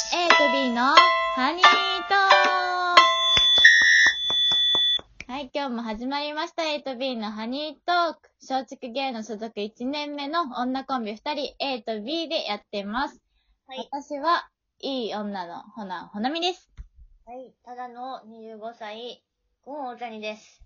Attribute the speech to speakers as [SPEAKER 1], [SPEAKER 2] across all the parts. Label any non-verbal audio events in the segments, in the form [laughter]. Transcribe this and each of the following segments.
[SPEAKER 1] ーのハニートークはい、今日も始まりました。8B のハニートーク。松竹芸能所属1年目の女コンビ2人、A と B でやってます。
[SPEAKER 2] はい
[SPEAKER 1] 私は、いい女のほな、ほなみです。
[SPEAKER 2] はい、ただの25歳、ゴン大谷です。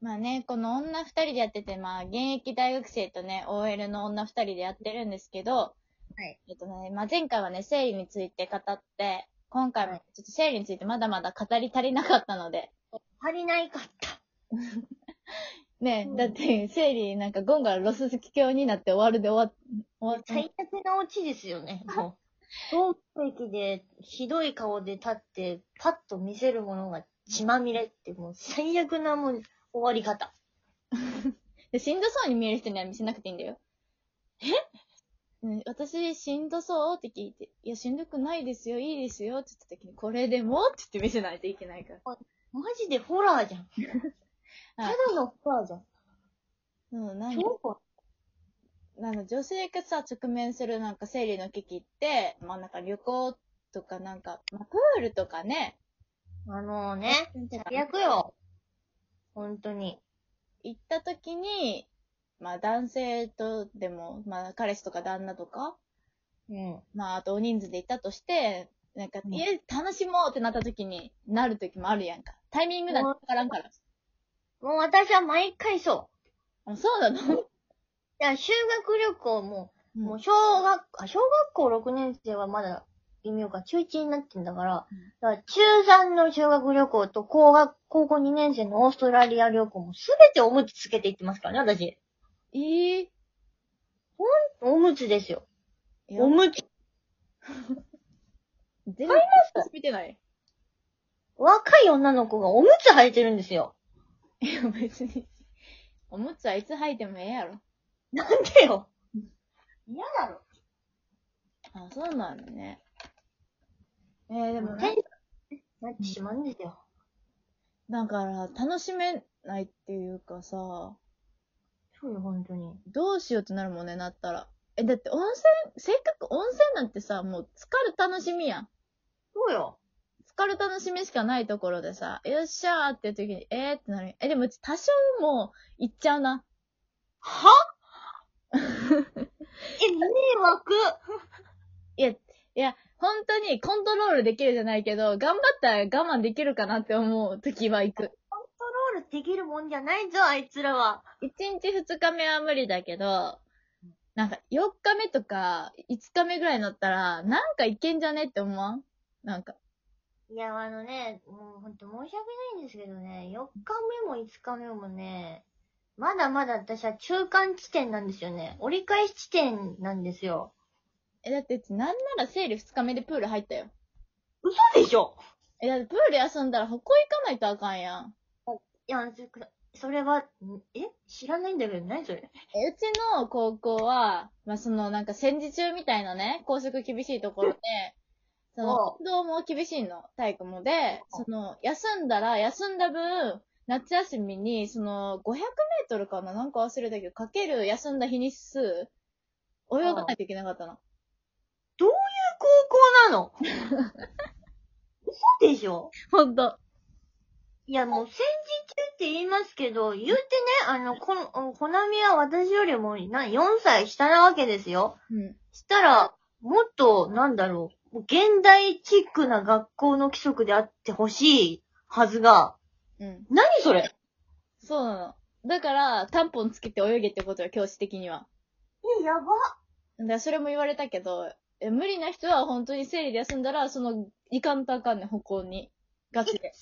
[SPEAKER 1] まあね、この女2人でやってて、まあ、現役大学生とね、OL の女2人でやってるんですけど、
[SPEAKER 2] はい。
[SPEAKER 1] えっとね、まあ、前回はね、生理について語って、今回もちょっと生理についてまだまだ語り足りなかったので、
[SPEAKER 2] 足りないかった。
[SPEAKER 1] ねえ、
[SPEAKER 2] うん
[SPEAKER 1] だって、生理なんかゴンがロス教になって終わるで終わ終わった。
[SPEAKER 2] 最悪なオチですよね、もう。東京駅でひどい顔で立って、パッと見せるものが血まみれって、もう最悪なもう終わり方。
[SPEAKER 1] で、しんどそうに見える人には見せなくていいんだよ。えうん、私、しんどそうって聞いて、いや、しんどくないですよ、いいですよって言った時に、これでもって言って見せないといけないから。
[SPEAKER 2] マジでホラーじゃん。ただのホラーじゃん。
[SPEAKER 1] うん、なんか
[SPEAKER 2] 超ホ
[SPEAKER 1] あの女性がさ、直面するなんか生理の危機って、まあなんか旅行とかなんか、まあ、プールとかね、
[SPEAKER 2] ラーあのね、最
[SPEAKER 1] 行
[SPEAKER 2] 悪よ。本当に。
[SPEAKER 1] った時に、まあ男性とでも、まあ彼氏とか旦那とか、
[SPEAKER 2] うん。
[SPEAKER 1] まああと大人数で行ったとして、なんか、
[SPEAKER 2] うん
[SPEAKER 1] 家楽しもうってなった時になる時もあるやんか。タイミングなんてわからんから。
[SPEAKER 2] もう私は毎回そ
[SPEAKER 1] あそうなの、
[SPEAKER 2] う。いや、修学旅行も、
[SPEAKER 1] う
[SPEAKER 2] もう小学、あ、小学校6年生はまだ微妙か、中1になってんだから、
[SPEAKER 1] うん
[SPEAKER 2] だから中3の修学旅行と高学、高校2年生のオーストラリア旅行もすべておむつつけていってますからね、私。
[SPEAKER 1] ええ
[SPEAKER 2] おむつですよ。
[SPEAKER 1] いや
[SPEAKER 2] おむつ。
[SPEAKER 1] 全然見てない。
[SPEAKER 2] 若い女の子がおむつ履いてるんですよ。 [laughs]
[SPEAKER 1] いや、別に。おむつはいつ履いてもええやろ。
[SPEAKER 2] なんでよ。嫌だろ。
[SPEAKER 1] あ、そうなんだね。えー、で
[SPEAKER 2] で
[SPEAKER 1] も
[SPEAKER 2] も
[SPEAKER 1] ね、
[SPEAKER 2] ね、なってしまうんですよ。
[SPEAKER 1] だから、楽しめないっていうかさ、
[SPEAKER 2] そうよ、本当に。
[SPEAKER 1] どうしようってなるもんね、なったら。え、だって温泉、せっかく温泉なんてさ、もう疲る楽しみやん。
[SPEAKER 2] そうよ。
[SPEAKER 1] 疲る楽しみしかないところでさ、よっしゃーっていう時に、えーってなる。え、でもうち多少もう、行っちゃうな。 [laughs]
[SPEAKER 2] はえ、迷惑。
[SPEAKER 1] いや、いや、本当にコントロールできるじゃないけど、頑張ったら我慢できるかなって思う時は行く。
[SPEAKER 2] コントロールできるもんじゃないぞ、あいつらは。
[SPEAKER 1] 一日二日目は無理だけど、なんか四日目とか五日目ぐらいになったら、なんかいけんじゃねって思わんなんか。
[SPEAKER 2] いや、あのね、もうほんと申し訳ないんですけどね、4日目も5日目もね、まだまだ私は中間地点なんですよね。折り返し地点なんですよ。
[SPEAKER 1] え、だってうちなんなら生理二日目でプール入ったよ。
[SPEAKER 2] 嘘でしょ
[SPEAKER 1] え、だってプール休んだら歩行行かないとあかんやん。
[SPEAKER 2] いや、それそれは、んえ知らないんだけど、何それ
[SPEAKER 1] え、うちの高校は、まあ、そのなんか戦時中みたいなね、校則厳しいところで、そ
[SPEAKER 2] お
[SPEAKER 1] の
[SPEAKER 2] う、
[SPEAKER 1] 運動も厳しいの、体育もで、その、休んだら、休んだ分、夏休みに、その、500メートルかななんか忘れたけど、かける休んだ日に数、泳がないといけなかったの。
[SPEAKER 2] 高校 [laughs] なの嘘でしょ
[SPEAKER 1] ほんと。
[SPEAKER 2] いや、もう戦時中って言いますけど、言うてね、あの、この、コナミは私よりも、な、4歳下なわけですよ。
[SPEAKER 1] うん。
[SPEAKER 2] したら、もっと、なんだろう、現代チックな学校の規則であってほしいはずが、
[SPEAKER 1] うん。
[SPEAKER 2] 何それ
[SPEAKER 1] そうなの。だから、タンポンつけて泳げってことよ、教師的には。
[SPEAKER 2] え、やば。
[SPEAKER 1] だからそれも言われたけど、え無理な人は本当に生理で休んだら、その、いかんとあかんねん、歩行に。ガチで。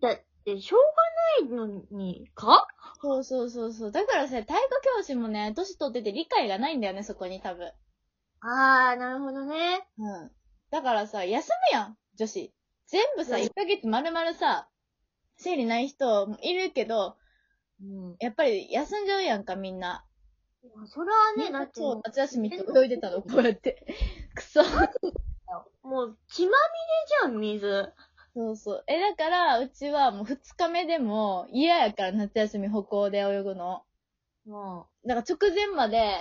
[SPEAKER 2] だって、しょうがないのに、か
[SPEAKER 1] そうそうそうそう。だからさ、体育教師もね、年取ってて理解がないんだよね、そこに多分。
[SPEAKER 2] あー、なるほどね。
[SPEAKER 1] うん。だからさ、休むやん、女子。全部さ、
[SPEAKER 2] うん
[SPEAKER 1] 1ヶ月丸々さ、生理ない人もいるけど、
[SPEAKER 2] うん。
[SPEAKER 1] やっぱり休んじゃうやんか、みんな。
[SPEAKER 2] それは
[SPEAKER 1] み
[SPEAKER 2] ね、
[SPEAKER 1] ん
[SPEAKER 2] だ
[SPEAKER 1] な
[SPEAKER 2] って
[SPEAKER 1] そ
[SPEAKER 2] も
[SPEAKER 1] う、夏休みって泳いでたの、こうやって。くそ。
[SPEAKER 2] う、もう血まみれじゃん、水。
[SPEAKER 1] そうそう。え、だから、うちはもう2日目でも嫌やから、夏休み歩行で泳ぐの。
[SPEAKER 2] も
[SPEAKER 1] なんか直前まで、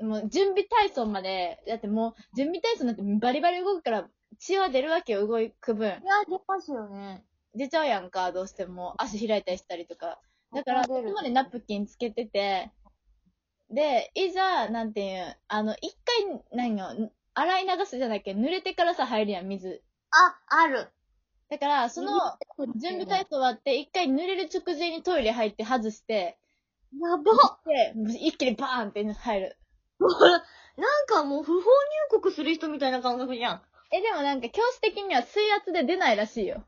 [SPEAKER 1] もう準備体操まで、だってもう準備体操なんてバリバリ動くから血は出るわけよ、動く分
[SPEAKER 2] い。や、出ますよね。
[SPEAKER 1] 出ちゃうやんか、どうしても。足開いたりしたりとか。だから、
[SPEAKER 2] 出る
[SPEAKER 1] 今までナプキンつけてて、で、いざ、なんていうん、あの、一回、何よ、洗い流すじゃないけど、濡れてからさ、入るやん、水。
[SPEAKER 2] あ、ある。
[SPEAKER 1] だから、その、準備体
[SPEAKER 2] 操。
[SPEAKER 1] 操終わって、一回濡れる直前にトイレ入って外して、
[SPEAKER 2] やば
[SPEAKER 1] で、一気にバーンって入る。
[SPEAKER 2] [laughs] なんかもう不法入国する人みたいな感覚じゃん。あ
[SPEAKER 1] え、でもなんか、教師的には水圧で出ないらしいよ。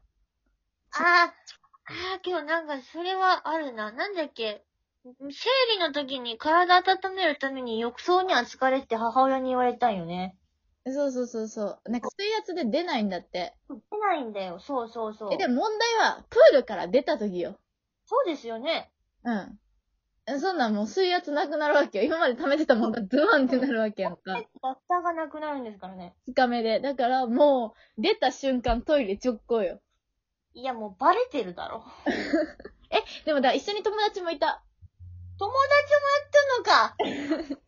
[SPEAKER 2] ー、あー、けどなんかそれはあるな。なんだっけ。生理の時に体温めるために浴槽には疲れって母親に言われたんよね。
[SPEAKER 1] そうそうそうそう。なんか、水圧で出ないんだって。
[SPEAKER 2] 出ないんだよ。そうそうそう。
[SPEAKER 1] え、でも問題は、プールから出た時よ。
[SPEAKER 2] そうですよね。
[SPEAKER 1] うん。えそんなんもう水圧なくなるわけよ。今まで溜めてたもんがドゥーンってなるわけやんか。
[SPEAKER 2] 蓋がなくなるんですからね。
[SPEAKER 1] 二日目で。だからもう、出た瞬間トイレ直行よ。
[SPEAKER 2] いや、もうバレてるだろ。
[SPEAKER 1] でもだ、一緒に友達もいた。
[SPEAKER 2] 友達もやってんのか [laughs]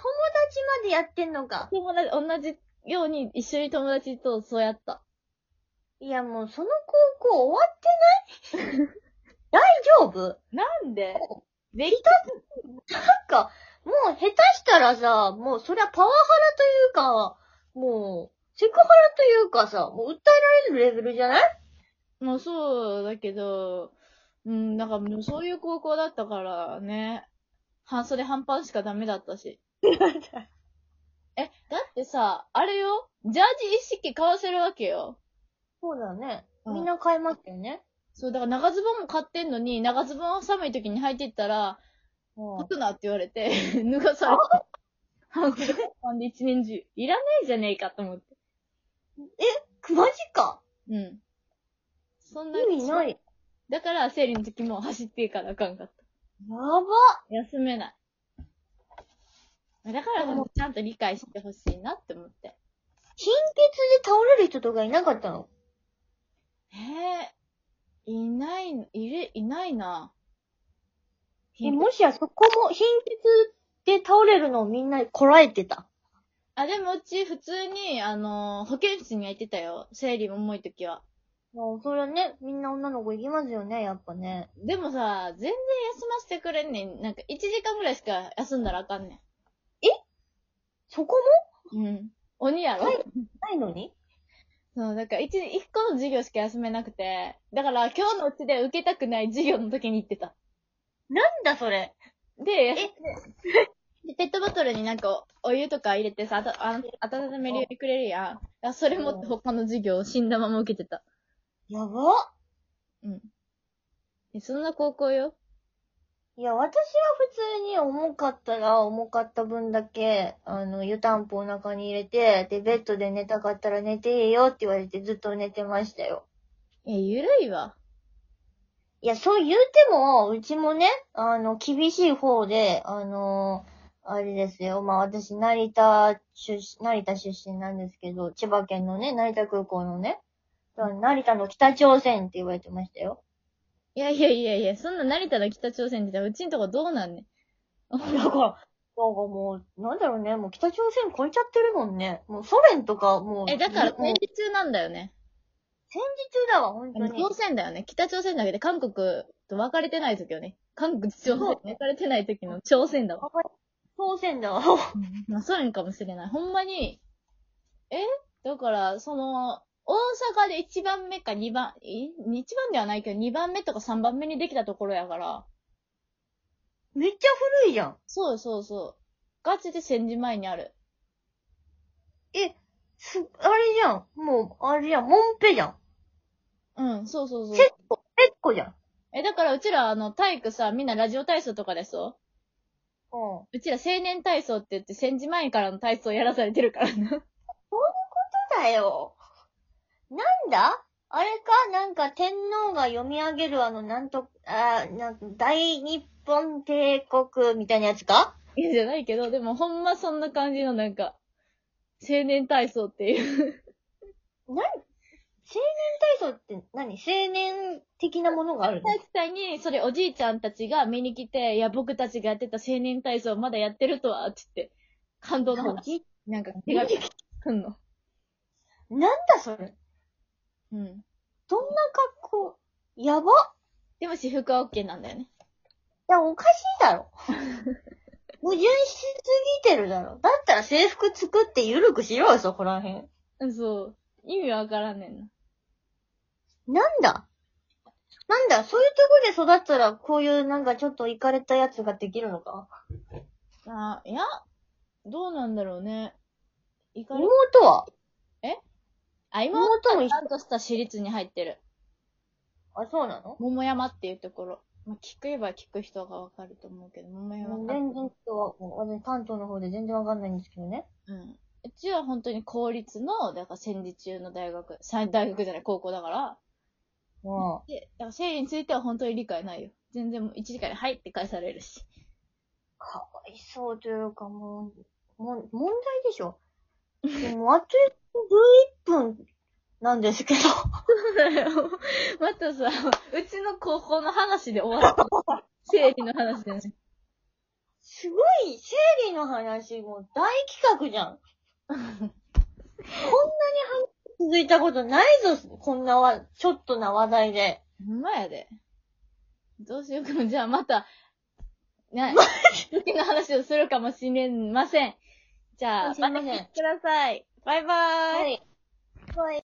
[SPEAKER 2] 友達までやってんのか
[SPEAKER 1] 友達、同じように一緒に友達とそうやった。
[SPEAKER 2] いや、もうその高校終わってない [laughs] 大丈夫
[SPEAKER 1] なんででき
[SPEAKER 2] なんか、もう下手したらさ、もうそりゃパワハラというか、もう、セクハラというかさ、もう訴えられるレベルじゃない
[SPEAKER 1] もうそうだけど、うん、なんかもうそういう高校だったからね。半袖半パンしかダメだった [laughs] し。え、だってさ、あれよ、ジャージ一式買わせるわけよ。
[SPEAKER 2] そうだよね。
[SPEAKER 1] うん
[SPEAKER 2] みんな買えますよね。
[SPEAKER 1] そう、だから長ズボンも買ってんのに、長ズボンは寒い時に履いてったら、
[SPEAKER 2] も
[SPEAKER 1] 履
[SPEAKER 2] う
[SPEAKER 1] くなって言われて、 [laughs] 脱がされ [laughs] て。半袖半パンで一年中。いらないじゃねえかと思って。
[SPEAKER 2] マジか
[SPEAKER 1] うん。そんな
[SPEAKER 2] 意味ない。や
[SPEAKER 1] だから、生理の時も走っていかなあかんかった。
[SPEAKER 2] ば
[SPEAKER 1] 休めない。だから、ほんとちゃんと理解してほしいなって思って。
[SPEAKER 2] 貧血で倒れる人とかいなかったの
[SPEAKER 1] へえ、いない、いる、いないな。
[SPEAKER 2] え、もしやそこも貧血で倒れるのをみんなこらえてた。
[SPEAKER 1] あ、でもうち普通に、あの、保健室には行ってたよ。生理も重い時は。
[SPEAKER 2] もうそれはね、みんな女の子行きますよね、やっぱね。
[SPEAKER 1] でもさ、全然休ませてくれんねん。なんか1時間ぐらいしか休んだらあかんね
[SPEAKER 2] そこも
[SPEAKER 1] ん。うん。鬼やろ、
[SPEAKER 2] はいないのに
[SPEAKER 1] そう、だから一、一個の授業しか休めなくて、だから今日のうちで受けたくない授業の時に行ってた。
[SPEAKER 2] なんだそれ。
[SPEAKER 1] で、でペットボトルになんかお湯とか入れてさ、あたあ温めるようにくれるやん。だからそれ持って他の授業を死んだまま受けてた。
[SPEAKER 2] やば
[SPEAKER 1] うん。えそんな高校よ。
[SPEAKER 2] いや、私は普通に重かったら重かった分だけ、あの、湯たんぽお腹に入れて、で、ベッドで寝たかったら寝ていいよって言われてずっと寝てましたよ。
[SPEAKER 1] え、ゆるいわ。
[SPEAKER 2] いや、そう言うても、うちもね、あの、厳しい方で、あのあれですよ。まあ、私、成田出身、成田出身なんですけど、千葉県のね、成田空港のね、だから成田の北朝鮮って言われてましたよ。
[SPEAKER 1] いやいやいやいや、そんな成田の北朝鮮って言ったらうちんとこどうなんねん。
[SPEAKER 2] だから、なんかもう、なんだろうね、もう北朝鮮超えちゃってるもんね。もうソ連とか、もう。
[SPEAKER 1] え、だから
[SPEAKER 2] もう
[SPEAKER 1] 戦時中なんだよね。
[SPEAKER 2] 戦時中だわ、本当に。
[SPEAKER 1] 朝鮮だよね。北朝鮮だけで韓国と別れてない時よね。韓国と朝鮮
[SPEAKER 2] そう
[SPEAKER 1] 別れてない時の朝鮮だわ。
[SPEAKER 2] 朝鮮だわ。 [laughs]
[SPEAKER 1] まあ、ソ連かもしれない。ほんまに、えだから、その、大阪で1番目か2番、え ?1 番ではないけど、2番目とか3番目にできたところやから、
[SPEAKER 2] めっちゃ古いじゃん。
[SPEAKER 1] そうそうそう。ガチで戦時前にある。
[SPEAKER 2] え、す、あれじゃん。もう、あれじゃん、モンペじゃん。
[SPEAKER 1] うん、そうそうそ
[SPEAKER 2] セ
[SPEAKER 1] う
[SPEAKER 2] ッ。コ、セッコじゃん。
[SPEAKER 1] え、だからうちら、あの、体育さ、みんなラジオ体操とかでそう
[SPEAKER 2] うん。
[SPEAKER 1] うちら青年体操って言って戦時前からの体操やらされてるからな。
[SPEAKER 2] だよ。なんだあれかなんか天皇が読み上げるあの、なんと、あーなん大日本帝国みたいなやつか
[SPEAKER 1] いやじゃないけど、でもほんまそんな感じのなんか、青年体操っていう。
[SPEAKER 2] 体操って何青年的なものがあるの
[SPEAKER 1] 体育祭に、それおじいちゃんたちが見に来て、いや、僕たちがやってた青年体操まだやってるとは、つって、感動の
[SPEAKER 2] なんか
[SPEAKER 1] 話。なんか手紙来んの。
[SPEAKER 2] なんだそれ。
[SPEAKER 1] うん。
[SPEAKER 2] どんな格好やば
[SPEAKER 1] でも私服は OK なんだよね。
[SPEAKER 2] いや、おかしいだろ。矛盾しすぎてるだろ。だったら制服作って緩くしろよ、そこら辺。
[SPEAKER 1] うんそう。意味わからんねんな。
[SPEAKER 2] なんだなんだそういうとこで育ったら、こういうなんかちょっとイカれたやつができるのか
[SPEAKER 1] あいや、どうなんだろうね。いかれ
[SPEAKER 2] 妹は
[SPEAKER 1] あ、今は
[SPEAKER 2] 妹も一
[SPEAKER 1] ち
[SPEAKER 2] 緒
[SPEAKER 1] ゃ。んとした私立に入ってる。
[SPEAKER 2] あ、そうなの
[SPEAKER 1] 桃山っていうところ。まあ、聞けば聞く人がわかると思うけど、桃山学
[SPEAKER 2] 全然とは、私関東の方で全然わかんないんですけどね。
[SPEAKER 1] うん。うちは本当に公立の、だから戦時中の大学、さ大学じゃない、高校だから。
[SPEAKER 2] まあ、
[SPEAKER 1] で、だから生理については本当に理解ないよ。全然もう1時間で、はいって返されるし。 [laughs]
[SPEAKER 2] かわいそうというかもう、もう、問題でしょ。でも、あと11分なんですけど。
[SPEAKER 1] またさ、うちの高校の話で終わった。生理の話で、ね。
[SPEAKER 2] すごい、生理の話も大企画じゃん。こんなに話続いたことないぞ、こんなわ、ちょっとな話題で。
[SPEAKER 1] ほんまやで。どうしようかな。じゃあまた、ね、好きな話をするかもしれません。じゃあ、
[SPEAKER 2] すいませ
[SPEAKER 1] ま
[SPEAKER 2] ん
[SPEAKER 1] た聞いてください。バイバーイ。
[SPEAKER 2] い。はい。